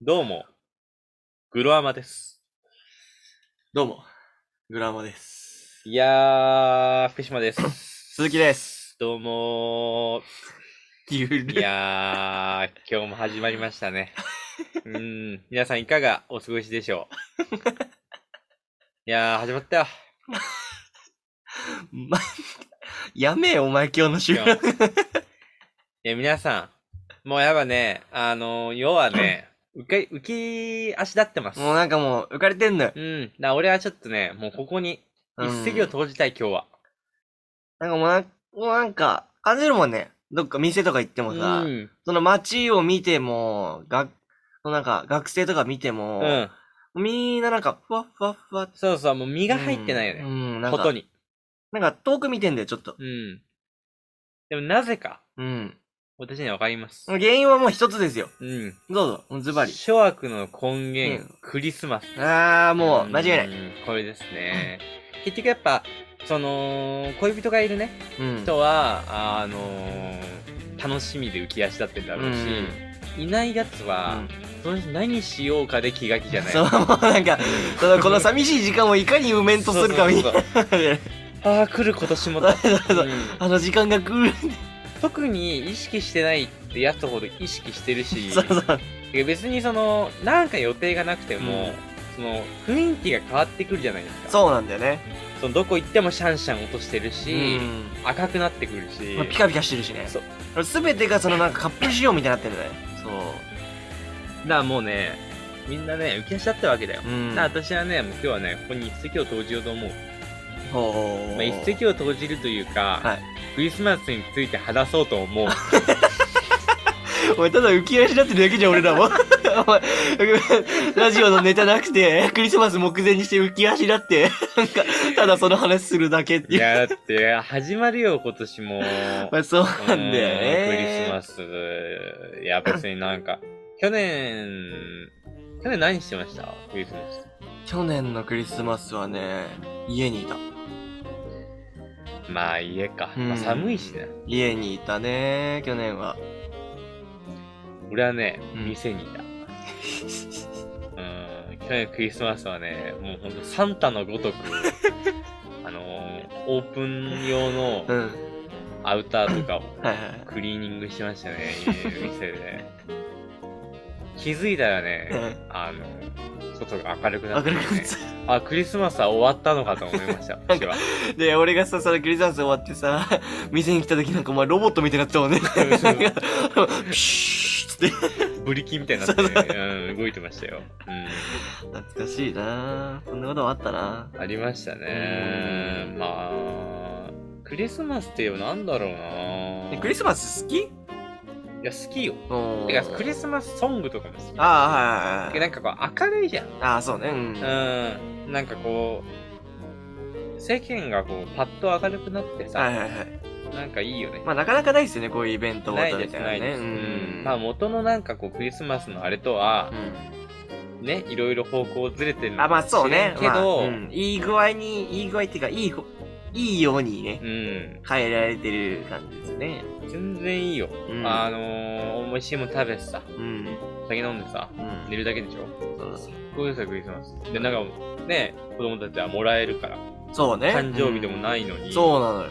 どうも、グロアマです。どうも、グラマです。いやー、福島です。鈴木です。どうもゆー。 る。いやー、今日も始まりました ね。うーん、皆さんいかがお過ごしでしょ ういやー、始まったよ。ま、 やめえ、お前今日の収今 日録。いや、皆さん、もうやばね、あのー、要はね、浮か浮き足立って ます。もうなんかもう、浮かれてんのよ。うん、だ俺はちょっとね、もうここにうん一石を投じたい、今日は。なんかもうな、もうなんか、感じるもんね。どっか店とか行ってもさ、うん、その街を見ても、が、そのなんか、学生とか見ても、うん。みんななんか、ふわっふわっふわって。そうそう、もう身が入ってないよね。うん、うんなんこかと、に。なんか遠く見てんだよ、ちょっと。うん。でもなぜか、うん。私にはわかります。原因はもう一つですよ。うん。どうぞ、もうズバリ。諸悪の根源、うんクリスマス。あー、もう、間違いない。い。これですね。結局やっぱ、その、恋人がいるね、うん。人は、あのー楽しみで浮き足立ってんだろうし、いないやつは、その人何しようかで気が気じゃない。 そう、もうなんか、そのこの寂しい時間をいかに埋めんとするかみたいそうそうなね。そうああ、来る今年もと。 そううんあの時間が来る。特に意識してないってやつほど意識してるし、 そうそう。いや別にそのなんか予定がなくても、うんその雰囲気が変わってくるじゃないですかそうなんだよね。そのどこ行ってもシャンシャン落としてるうし、ん。赤くなってくるし、まあピカピカしてるしねそう。すべてがそのなんかカップル仕様みたいになってるね。そうだからもうねみんなね浮き足立ったわけだよ、うだん。から私はねもう今日はねここに一石を投じようと思う、ほう。まあ、一石を投じるというか、はいクリスマスについて話そうと思うお前ただ浮き足立ってるだけじゃん、俺らも。お前 ラジオのネタなくて、クリスマス目前にして浮き足立って、なんか、ただその話するだけってい いう。やだって始まるよ今年 もまあそうなんだよね。うんクリスマス、いや、別になんか、去年、去年何してましたクリスマス。去年のクリスマスはね、家にいた。まあ、家か。うんまあ、寒いしね。家にいたね、去年は。俺はね、うん店にいた。うん、去年クリスマスはね、もうほんとサンタのごとく、 あのー、オープン用うのん。アウターとかをはいはいクリーニングしてましたね、家店で。気づいたらね、あの、外が明るくな明ってるた、くね。なっあ、クリスマスは終わったのかと思いました、私は。たで、俺がさ、そのクリスマス終わってさ、店に来た時なんかお前ロボットみたいになってたもんね。なんかプシューッつっ ブリキみたいになって、うん、動いてましたよ。て。懐かしいなそんなこともあったなうん、ありましたねう。んまあ、クリスマスって言えばなんだろうえなクリスマス好きいや、好きよ。おてか、クリススマスソングとかも好き。ああ、はいはいなはい。んかこう、明るいじゃん。ああ、そうね。うん。うん、なんかこう、世間がこう、パッと明るくなってさ、はいはいはい。なんかいいよね。まあなかなかないですよね、こういうイベントないみです、たいなないね。です。ううんん。まあ、元のなんかこう、クリスマスのあれとはう、んね、いろいろ方向ずれてるのあ、まあそうね。知れんけど、まあうんいい具合に、いい具合っていうか、いいほ、いいようにね、うん、変えられてる感じですよね。全然いいよ。うんあのー、美味しいもん食べてさ、うん。酒飲んでさ、うん。寝るだけでしょそうそうどうですか、クリスマス。で、なんか、ね、子供たちはもらえるから、そうね。、誕生日でもないいのに、そうなのよ。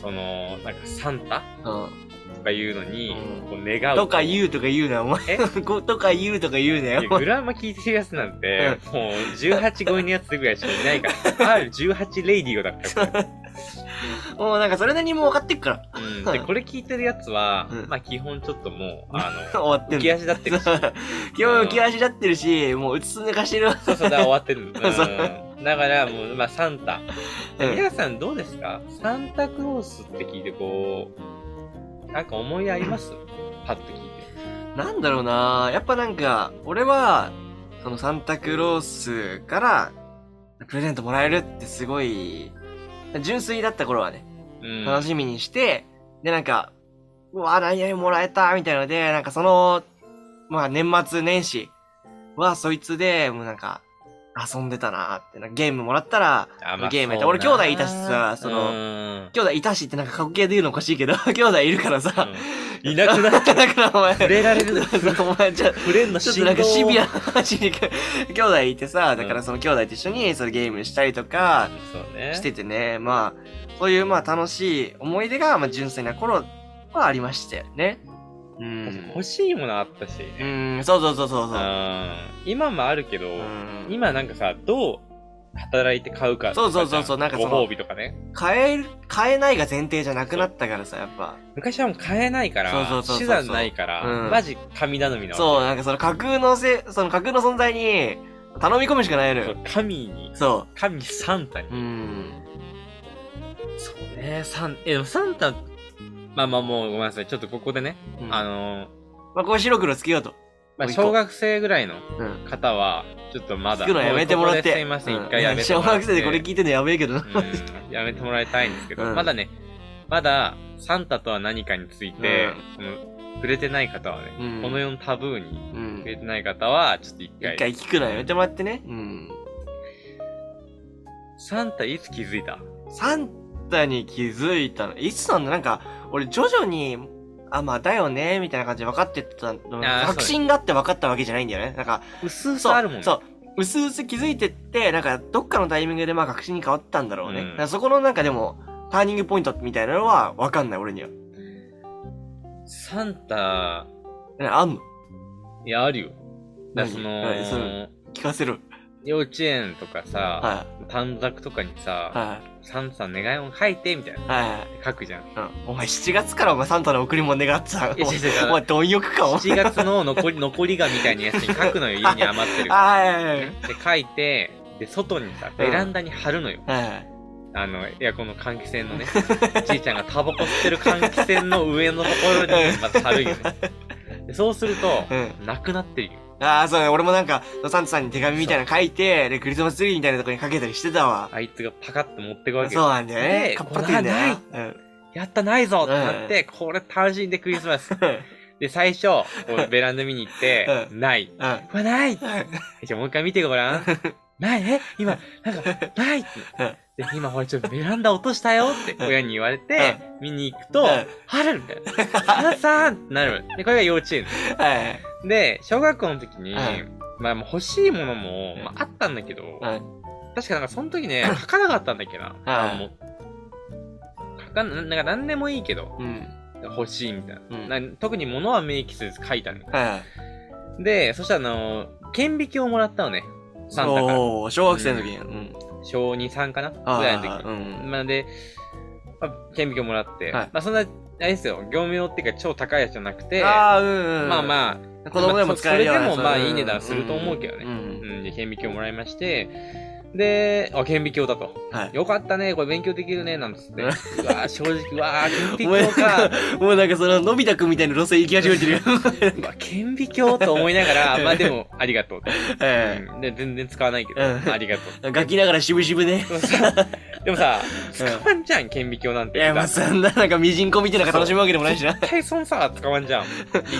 その、なんかサンタうん。とか言うのに、うんこう願う。とかう。言うとか言うなよ、お前。え こうとか言うとか言うなよ。グラマ聞いてるやつなんて、もう18超えのやつぐらいしかいない から、R18 レイディオだったから。もうなんかそれなりにもう分かってっから。 うん、で、これ聞いてるやつは、うんまあ基本ちょっともう、あ終 の、わって浮んきの。足立ってるしそう 今日浮き足立ってるし、もううつつ抜かしてる。そうそう、だから終わってる。 そうん、だから、もう、まあ、サンタ。うん皆さんどうですかサンタクロースって聞いて、こう、なんか思い出ありますパッと聞いて。 なんだろうなやっぱなんか、俺は、そのサンタクロースから、プレゼントもらえるってすごい、純粋だった頃はね、うん。楽しみにして、で、なんか、うわ、何々もらえた、みたいので、なんかその、まあ年末年始はそいつで、もうなんか、遊んでたなーって、なんかゲームもらったら、あまあゲームやそって、う俺兄弟いたしなさ、そうの、ん 兄弟いたしってなんか過去形で言うのおかしいけど、兄弟いるからさ、うんいなくなっだからお前、触れられるお前ちょフレンのちょっ信号をとなんかシビアな 話に、兄弟いてさ、だからその兄弟と一緒にそのゲームしたりとかそうねしててね、まあ、そういうまあ楽しい思い出が、まあ純粋な頃はありましたよね。うん。欲しいものあったしうねん、そうそうそうそううそう。ん今もあるけどうん今なんかさどう働いて買うかとかじゃそうそうそうそうなんかごその褒美とかね買える、買えないが前提じゃなくなったからさ、やっぱ。昔はもう買えないからそうそうそうそう手段ないから、うんマジ神頼みなそう、わなんかその架空のせ、その架空の存在に頼み込むしかないのけそよう。神にそ神サンタにう。うん。そうねサンえでもサンタまあまあもうごめんなさいちょっとここでね、うんあのーまあ、こう白黒つけようと。まあ、もう一個小学生ぐらいのうん。方はちょっとまだつくのやめてもらこっこて。ですいませんう一回やめて小もらっ学て生でこれ聞いてんのやべえけどな。うんやめてもらいたいんですけど、うんまだね、まだサンタとは何かについて、その触れてない方はね、うんこの世のタブーにうん触。れてない方は、ちょっと一回一回聞くのやめてもらってね。うん。サンタいつ気づいたサンタに気づいたの。いつなんだなんか、俺徐々に、あ、まあだよね、みたいな感じで分かってたの。あー確信があって分かったわけじゃないんだよね。なんか、薄々そあるもんう、そう。うすうす気づいてって、なんか、どっかのタイミングでまあ確信に変わったんだろうね。うんだからそこのなんかでも、ターニングポイントみたいなのは分かんない、俺には。サンタ、えあんのいや、あるよ。だから何そはいそのう、聞かせる。幼稚園とかさ、は短冊とかにい。さ、はサンタさん願いを書いて、みたいな。い。はい。書くじゃん。うんお前7月からお前サンタの贈り物願ってた。 いや、違う お違う違前う。貪欲か、お前。 7月の残り、 残りがみたいなやつに書くのよ、家に余ってる。 はいで。書いてで外にさベランダに貼るのよ、はい。あのエアコンの換気扇のね じいちゃんがタバコ吸ってる換気扇の上のところにまた貼る よねでそうすると、うなくなってるよああ、そうね。俺もなんか、サンタさんに手紙みたいなの書いて、で、クリスマスツリーみたいなとこにかけたりしてたわ。あいつがパカッと持ってくわけそうよなんだよねで。かっぱらってんだよな。やったないぞってなって、これ単身でクリスマス で最初こうベランダ見に行って、ないこれないうん。うん。じゃあもう一回見てごらん。ないえ今、なんか、ないってうん。で、今ほらちょっとベランダ落としたよってん親に言われて、見に行くうとん、あるみたいな。花さんってなる。で、これが幼稚園。はい。で、小学校の時にう、んまあもう欲しいものも、うんまああったんだけど、はい。確かなんかその時ね、書かなかったんだっけな。あの書かな、なんか何でもいいけど、うん。欲しいみたいうんな。な特に物は明記せず書いたのよ。はい。で、そしたらあの、顕微鏡をもらったのね。サンタから。おお、小学生の時に。うん。小2、3かなぐあらいの時あ、うん。まあで、まあ、顕微鏡もらって、はまいあそんな、あれですよ、業務用っていうか超高いやつじゃなくて、ああ、うんうん。まあまあ、あ子供でも使えるようなまあそそれでもまあうんいい値段すると思うけどう。ね。うんん、で、顕微鏡もらいまして、で、あ、顕微鏡だと。はい。よかったね、これ勉強できるね、なんつ って。ううんわー正直、うわー顕微もうな鏡んかか。、もうなんかその、のび太くんみたいな路線行き始めてるよ。 うわ、顕微鏡と思いなが ら、まあでも、ありがとうと、えうんで、全然使わないけど、うんありがとう。え。ガキながら渋々ね。でもさ、でもさ使わんじゃん、顕微鏡なんいて。や、まあそんな、なんかミジンコみたいなのが楽しむわけでもないしな。絶対そのさ、使わんじゃん。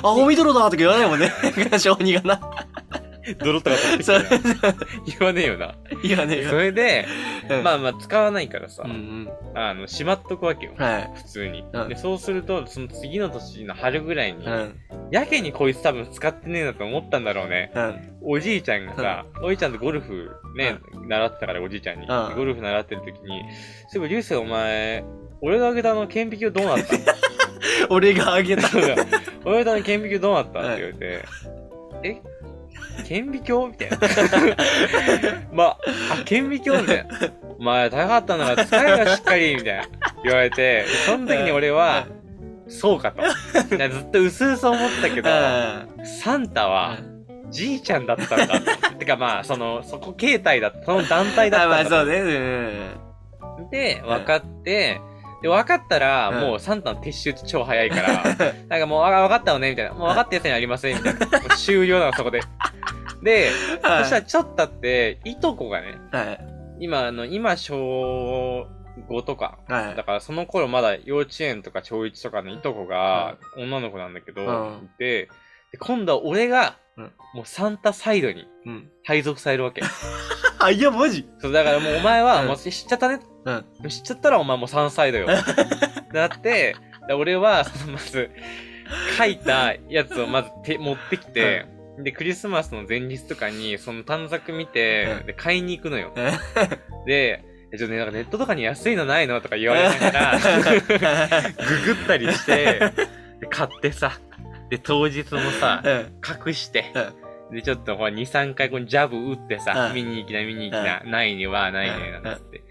あ、おみどろだとか言わな いもんね。小児がな。泥とか 取ってきそうたら。言わねえよな。言わねえそよ。れで、まあ、あまあ使わないからさう、んあの、しまっとくわけようん。。はい。普通にう。んで、そうすると、その次の年の春ぐらいにう、ん。やけにこいつ多分使ってねえなと思ったんだろうね。うん。おじいちゃんがさ、おじいちゃんとゴルフね、習ってたからおじいちゃんに。うんゴルフ習ってる時に、そういえば、流星お前、俺があげたあの顕微鏡どうなった俺があげた。そうだ 俺があげたあの顕微鏡どうなったって言われて、え顕微鏡みたいな。 まあ、あ、顕微鏡みたいな。お前、高かったのが使えがしっかり、みたいな。言われて、その時に俺は、そうかと。いやずっと薄々思ってたけうど、ん。サンタは、じいちゃんだった んだと。てかまあ、その、そこ形態だった、その団体だあ、まったあんだそうね。うん。と。で、ん分かって、で、分かったら、うんもうサンタの撤収って超早い から、なんかもう、あ分かったのね、みたいな。もう分かったやつにありません、みたいな。もう終了なの、そこ で。で、そしたらちょっと経って、いとこがね、はい。今、あの、今、小5とか。はだい。から、その頃まだ幼稚園とか小1とかのいとこが、女の子なんだけど、うんいてで、今度は俺がうん、もうサンタサイドにうん。配属されるわけ。あ、いや、マジそう、だからもうお前は、うんもう知っちゃったね。うん。知っちゃったらお前もう3歳だ よ。ってなって、で俺は、 そのまず、書いたやつをまず手持ってきて、で、クリスマスの前日とかに、その短冊見てう、んで、買いに行くのよ。うんで、えちょっとね、なんかネットとかに安いのないのとか言われなが ら、ググったりして、で買ってさ、で、当日もさ、うん隠して、で、ちょっとほら、2、3回このジャブ打ってさう、ん見に行きな、見に行きな、ないには、ないね、うなんんつって。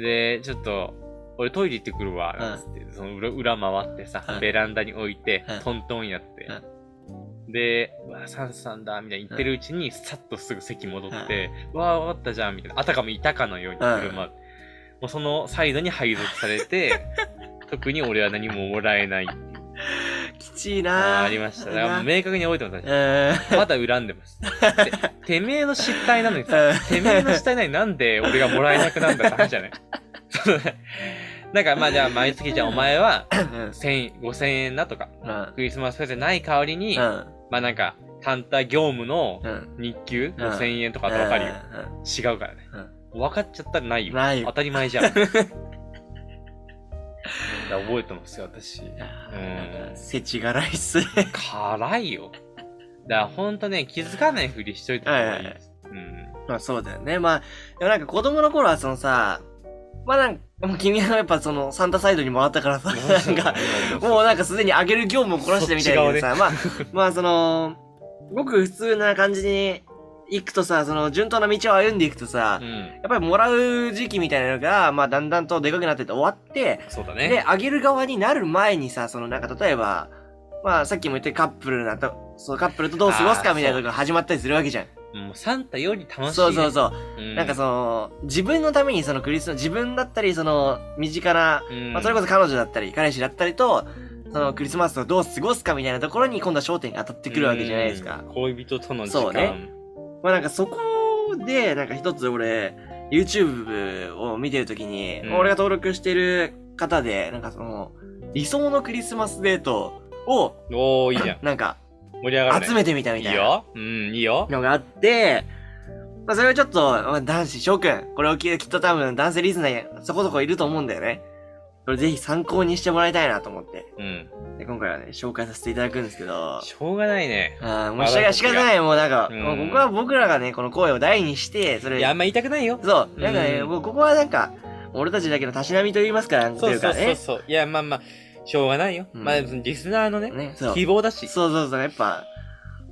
で、ちょっと、俺トイレ行ってくるわ、なんつって、その裏裏回ってさう、んベランダに置いてうん、トントンやって。で、うわ、サンサンだ、みたいに言ってるうちに、さっとすぐ席戻って、うわ、わかったじゃん、みたいな。あたかもいたかのようにうん車、もうそのサイドに配属され て、特に俺は何ももらえないっていうきちいのながーありました。だからもうう明確に覚えてます。んまだ恨んでます。ててめえの失態なのにさ、うんてめえの失態なのになんで俺がもらえなくなんだって話じゃない そうだねなんかまあじゃあ毎月じゃあお前はうん1000 5000円だとか、うんクリスマスプレゼントない代わりに、うんまあなんか、単体業務のうん日給うん5000円とかあったらわかるよ。うん違うからね。分かっちゃったらないよ。ないよ当たり前じ ゃん。だから覚えてますよ、私。いやーうんなんか世知辛いっすね辛いよ。だからほんとね、気づかないふりしといた方がいいです。うん。まあそうだよねまあでもなんか子供の頃はそのさまあなんかもう君はやっぱそのサンタサイドにもらったからさなんかもうなんかすでにあげる業務をこなしてみたいなさ、まあ、まあその、ごく普通な感じに行くとさ、その順当な道を歩んでいくとさ、うやん、っぱりもらう時期みたいなのが、まあだんだんとでかくなってって終わって、そうだで、ね。あげる側になる前にさ、そのなんか例えば、まあさっきも言ってカップルなと、そうカップルとどう過ごすあかーみたいなとこが始まったりするわけじゃん。もうサンタより楽しいね、そうそうそうう。んなんかその、自分のためにそのクリスマス、自分だったりその身近なうん、まあ、それこそ彼女だったり、彼氏だったりと、そのクリスマスをどう過ごすかみたいなところに今度は焦点が当たってくるわけじゃないですかう。ん恋人との時間。そうねまあなんかそこで、なんか一つ俺、YouTube を見てるときに、うん俺が登録してる方で、なんかその、理想のクリスマスデートを、おー、いいじゃん。なんか盛り上がる、ね。集めてみたみたいいいなよ。うん、いいよ。のがあって、まあそれはちょっと、まあ男子諸君、これを聞いてきっと多分男性リスナーそこそこいると思うんだよね。これぜひ参考にしてもらいたいなと思って。うん。で今回はね、紹介させていただくんですけど、しょうがないね。ああ、もうしかしかない、もうなんか、うんもうここは僕らがね、この声を大にして、それ、いや、あんま言いたくないよ。そう、なんかね、うんもうここはなんか、俺たちだけのたしなみと言いますから、なんてそいううそかうそうね。そう。いや、まあまあ、しょうがないよ。うんまあ、そのリスナーのね、ねそう希望だし。そうそうそう、やっぱ、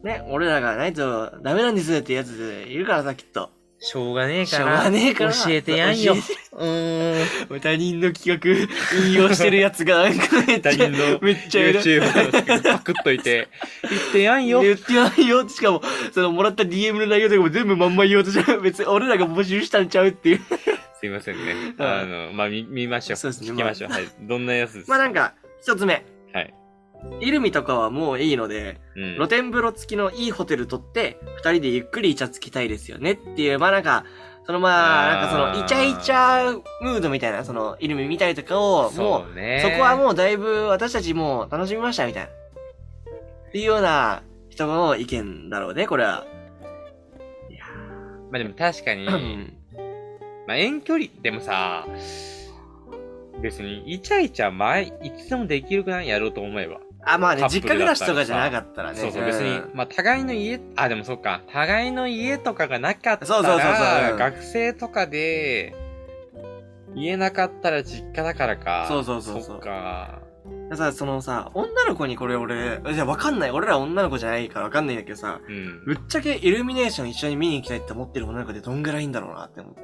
ね、俺らがないとダメなんですってやついるからさ、きっと。しょうがねえしかょうら。がねえから。教えてやんよ。教えてうーん。他人の企画、引用してるやつが、なんかめっちゃ、他人のめっちゃいる。 YouTube パクっといて、 言ってやんよ。言ってないよ。しかも、その、もらった DM の内容とかも全部まんま言おうとしちゃ う。別に俺らが募集したんちゃうっていう。すいませんね。あの、まあ、見、見ましょう。そうですね聞きましょう。はい。どんなやつです まかあなんか、一つ目。はい。イルミとかはもういいので、うん露天風呂付きのいいホテル取って、二人でゆっくりイチャつきたいですよねっていう、まあなんか、そのまあ、あなーんかその、イチャイチャムードみたいな、その、イルミ見たりとかを、もそうう、ね。そこはう、もうだいぶ私たちもう楽しみましたみたいな。っていうような人の意見だろうね、これは。いやまあでも確かに、ーうんまあ遠距離でもさ、別にイチャイチャ前、いつでもできるくないやろうと思えば。 あ、まあねカ、ップル実家暮らしとかじゃなかったらね。そうそう、別に、まあ互いの家、あ、でもそっか、互いの家とかがなかったら、そうそうそうそううん学生とかで、言えなかったら実家だからか。そうそうそうそうそっか。うん。さ、そのさ、女の子にこれ俺、じゃあわかんない。俺ら女の子じゃないからわかんないんだけどさ、うん。ぶっちゃけイルミネーション一緒に見に行きたいって思ってる女の子でどんぐらいいんだろうなって思って。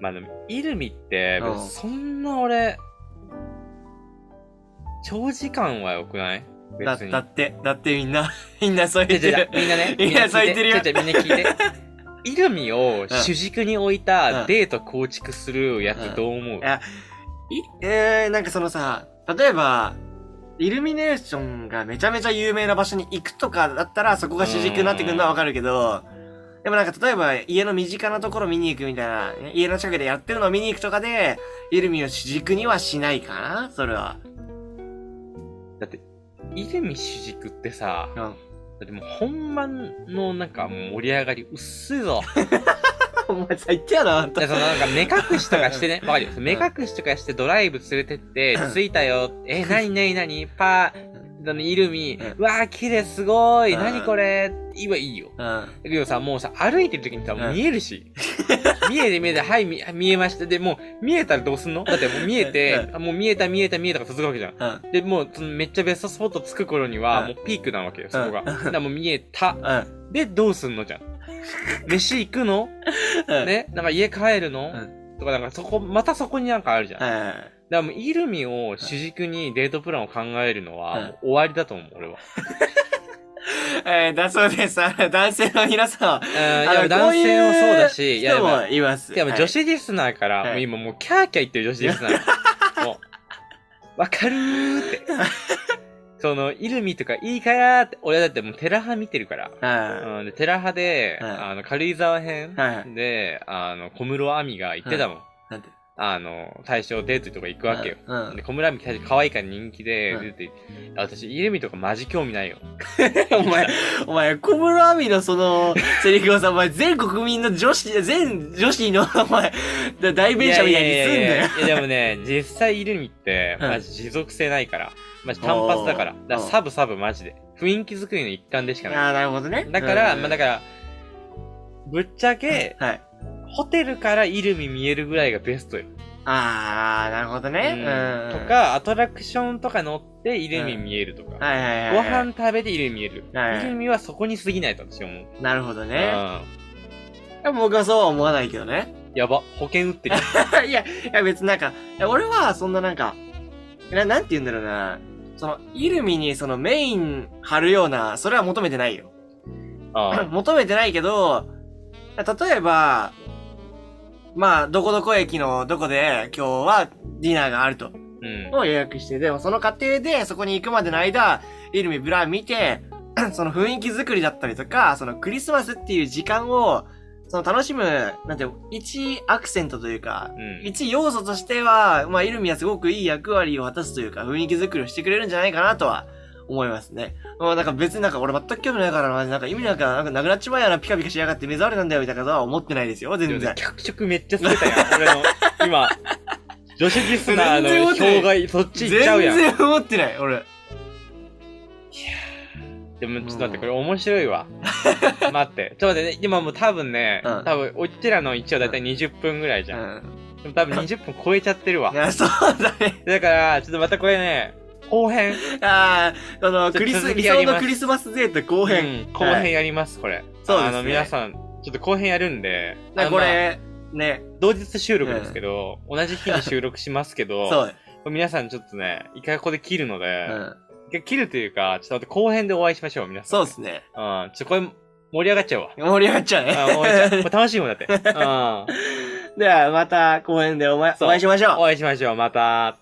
まあでも、イルミって、うんそんな俺、長時間は良くないだ別に。だって、だってみんな、 みんなそうじ言ゃじゃって る。みんなね。いやみんな聞咲いてるよじゃじゃみんな聞いて。 イルミを主軸に置いたうんデート構築するやつどう思う、やいえー、なんかそのさ、例えば、イルミネーションがめちゃめちゃ有名な場所に行くとかだったらそこが主軸になってくるのはわかるけど、でもなんか例えば家の身近なところ見に行くみたいな、家の近くでやってるのを見に行くとかで、イルミを主軸にはしないかなそれは。だって、イルミ主軸ってさ、うん。 だってもう本番のなんか盛り上がり薄いぞ。お前最低やな、あんいた。やそのなんか目隠しとかしてね、わかるよ。目隠しとかしてドライブ連れてって、着いたよ。え、なになになにパー、あの、イルミう、うわー、綺麗、すごい、うんなにこれ、今いいよ。うん。だけどさ、もうさ、歩いてる時にさ、もう見える し。見えて見えて、はい、見見えました。で、もう、見えたらどうすんのだってもう見えてう、あもう見えた見えた見えたが続くわけじゃん。うん。で、もう、そのめっちゃベストスポット着く頃には、うもんうピークなわけよ、そこが。うんだからもう見えた。うん。で、どうすんのじ ゃん。飯行くのうん。ね、なんか家帰るの、うとか、なんかそこ、またそこになんかあるじゃん。はいだかはいはい。らもう、イルミを主軸にデートプランを考えるのは、うんもう終わりだと思う、俺は。えー、だそうです。あの男性の皆さん。うん、いあのや、男性もそうだし、いや、人でももいます。でも女子リスナーから、はいもう今もうキャーキャー言ってる女子リスナ ー。もう、わかるー って。その、イルミとかいいからーって、俺だってもうテラハ見てるから。はうん、で、テラハで、はいあの、軽井沢編い。はい。で、あの、小室亜美が言ってたもん。なんて。あの、対象デートとか行くわけよ。うん。うんで、小村美最初可愛いから人気で、うん出て、私、イルミとかマジ興味ないよ。お前、お前、小室亜美のその、セリフをさ、お前、全国民の女子、全女子の、お前、だ代弁者みたいにすんいやいやいだやよ。いやでもね、実際イルミって、うんマジ持続性ないから。マジ単発だから。おーだからサブサブマジで。雰囲気作りの一環でしかあなあ、なるほどね。い。だから、まあだかから、ぶっちゃけ、ら。はい。ホテルからイルミ見えるぐらいがベストよ。ああ、なるほどね。うんうん。と、か、アトラクションとか乗ってイルミ見えるとか。はいはいはい。ご飯。食べてイルミ見える。はいイルミはそこに過ぎないと私は思う。なるほどうね。んでも僕はそうは思わないけどね。 やば、保険打ってる。いや、いや別になんか、いや俺はそんななんか、ななんて言うんだろうな。その、イルミにそのメイン張るような、それは求めてないよ。あ 求めてないけど、例えば、まあ、どこどこ駅のどこで今日はディナーがあると。うん。を予約して、でもその過程でそこに行くまでの間、イルミブラ見て、 その雰囲気作りだったりとか、そのクリスマスっていう時間を、その楽しむ、なんていうの、一アクセントというか、うん。一要素としては、まあ、イルミはすごくいい役割を果たすというか、雰囲気作りをしてくれるんじゃないかなとは思いますね。まあ、なんか別になんか俺全く興味ないからな、なんか意味なんかなんかなくなっちまえやな、ピカピカしやがって目障りなんだよみたいなことは思ってないですよ、でも全ね然。脚色めっちゃつけたやん。俺の、今、女子リスナーの障害、そっち全行っちゃうやん。然思ってない、俺。でも、ちょっと待って、これ面白いわ。待って、ちょっと待ってね、今もう多分ね、うん多分、うちらの一応だいたい20分ぐらいじうゃん。ん。でも多分20分超えちゃってるわい。や、そうだね。だから、ちょっとまたこれね、後編。ああ、あの、ちょクリス、続理きやりま想すのクリスマスデート後編。うん後編やります、これ。そうですねあの、皆さん、ちょっと後編やるんで。だからこあの、まあれ、ね、同日収録ですけど、同じ日に収録しますけど、 そう。皆さんちょっとね、一回ここで切るのうで、ん。一回切るというか、ちょっと待って後編でお会いしましょう、皆さん。そうですね。うん、ちょ、これ盛り上がっちゃうわ。盛り上がっちゃうあもうじゃあこれ ね。楽しいもんだって。うん。 では、また後編でお前そうお会いしましょう。お会いしましょう、また。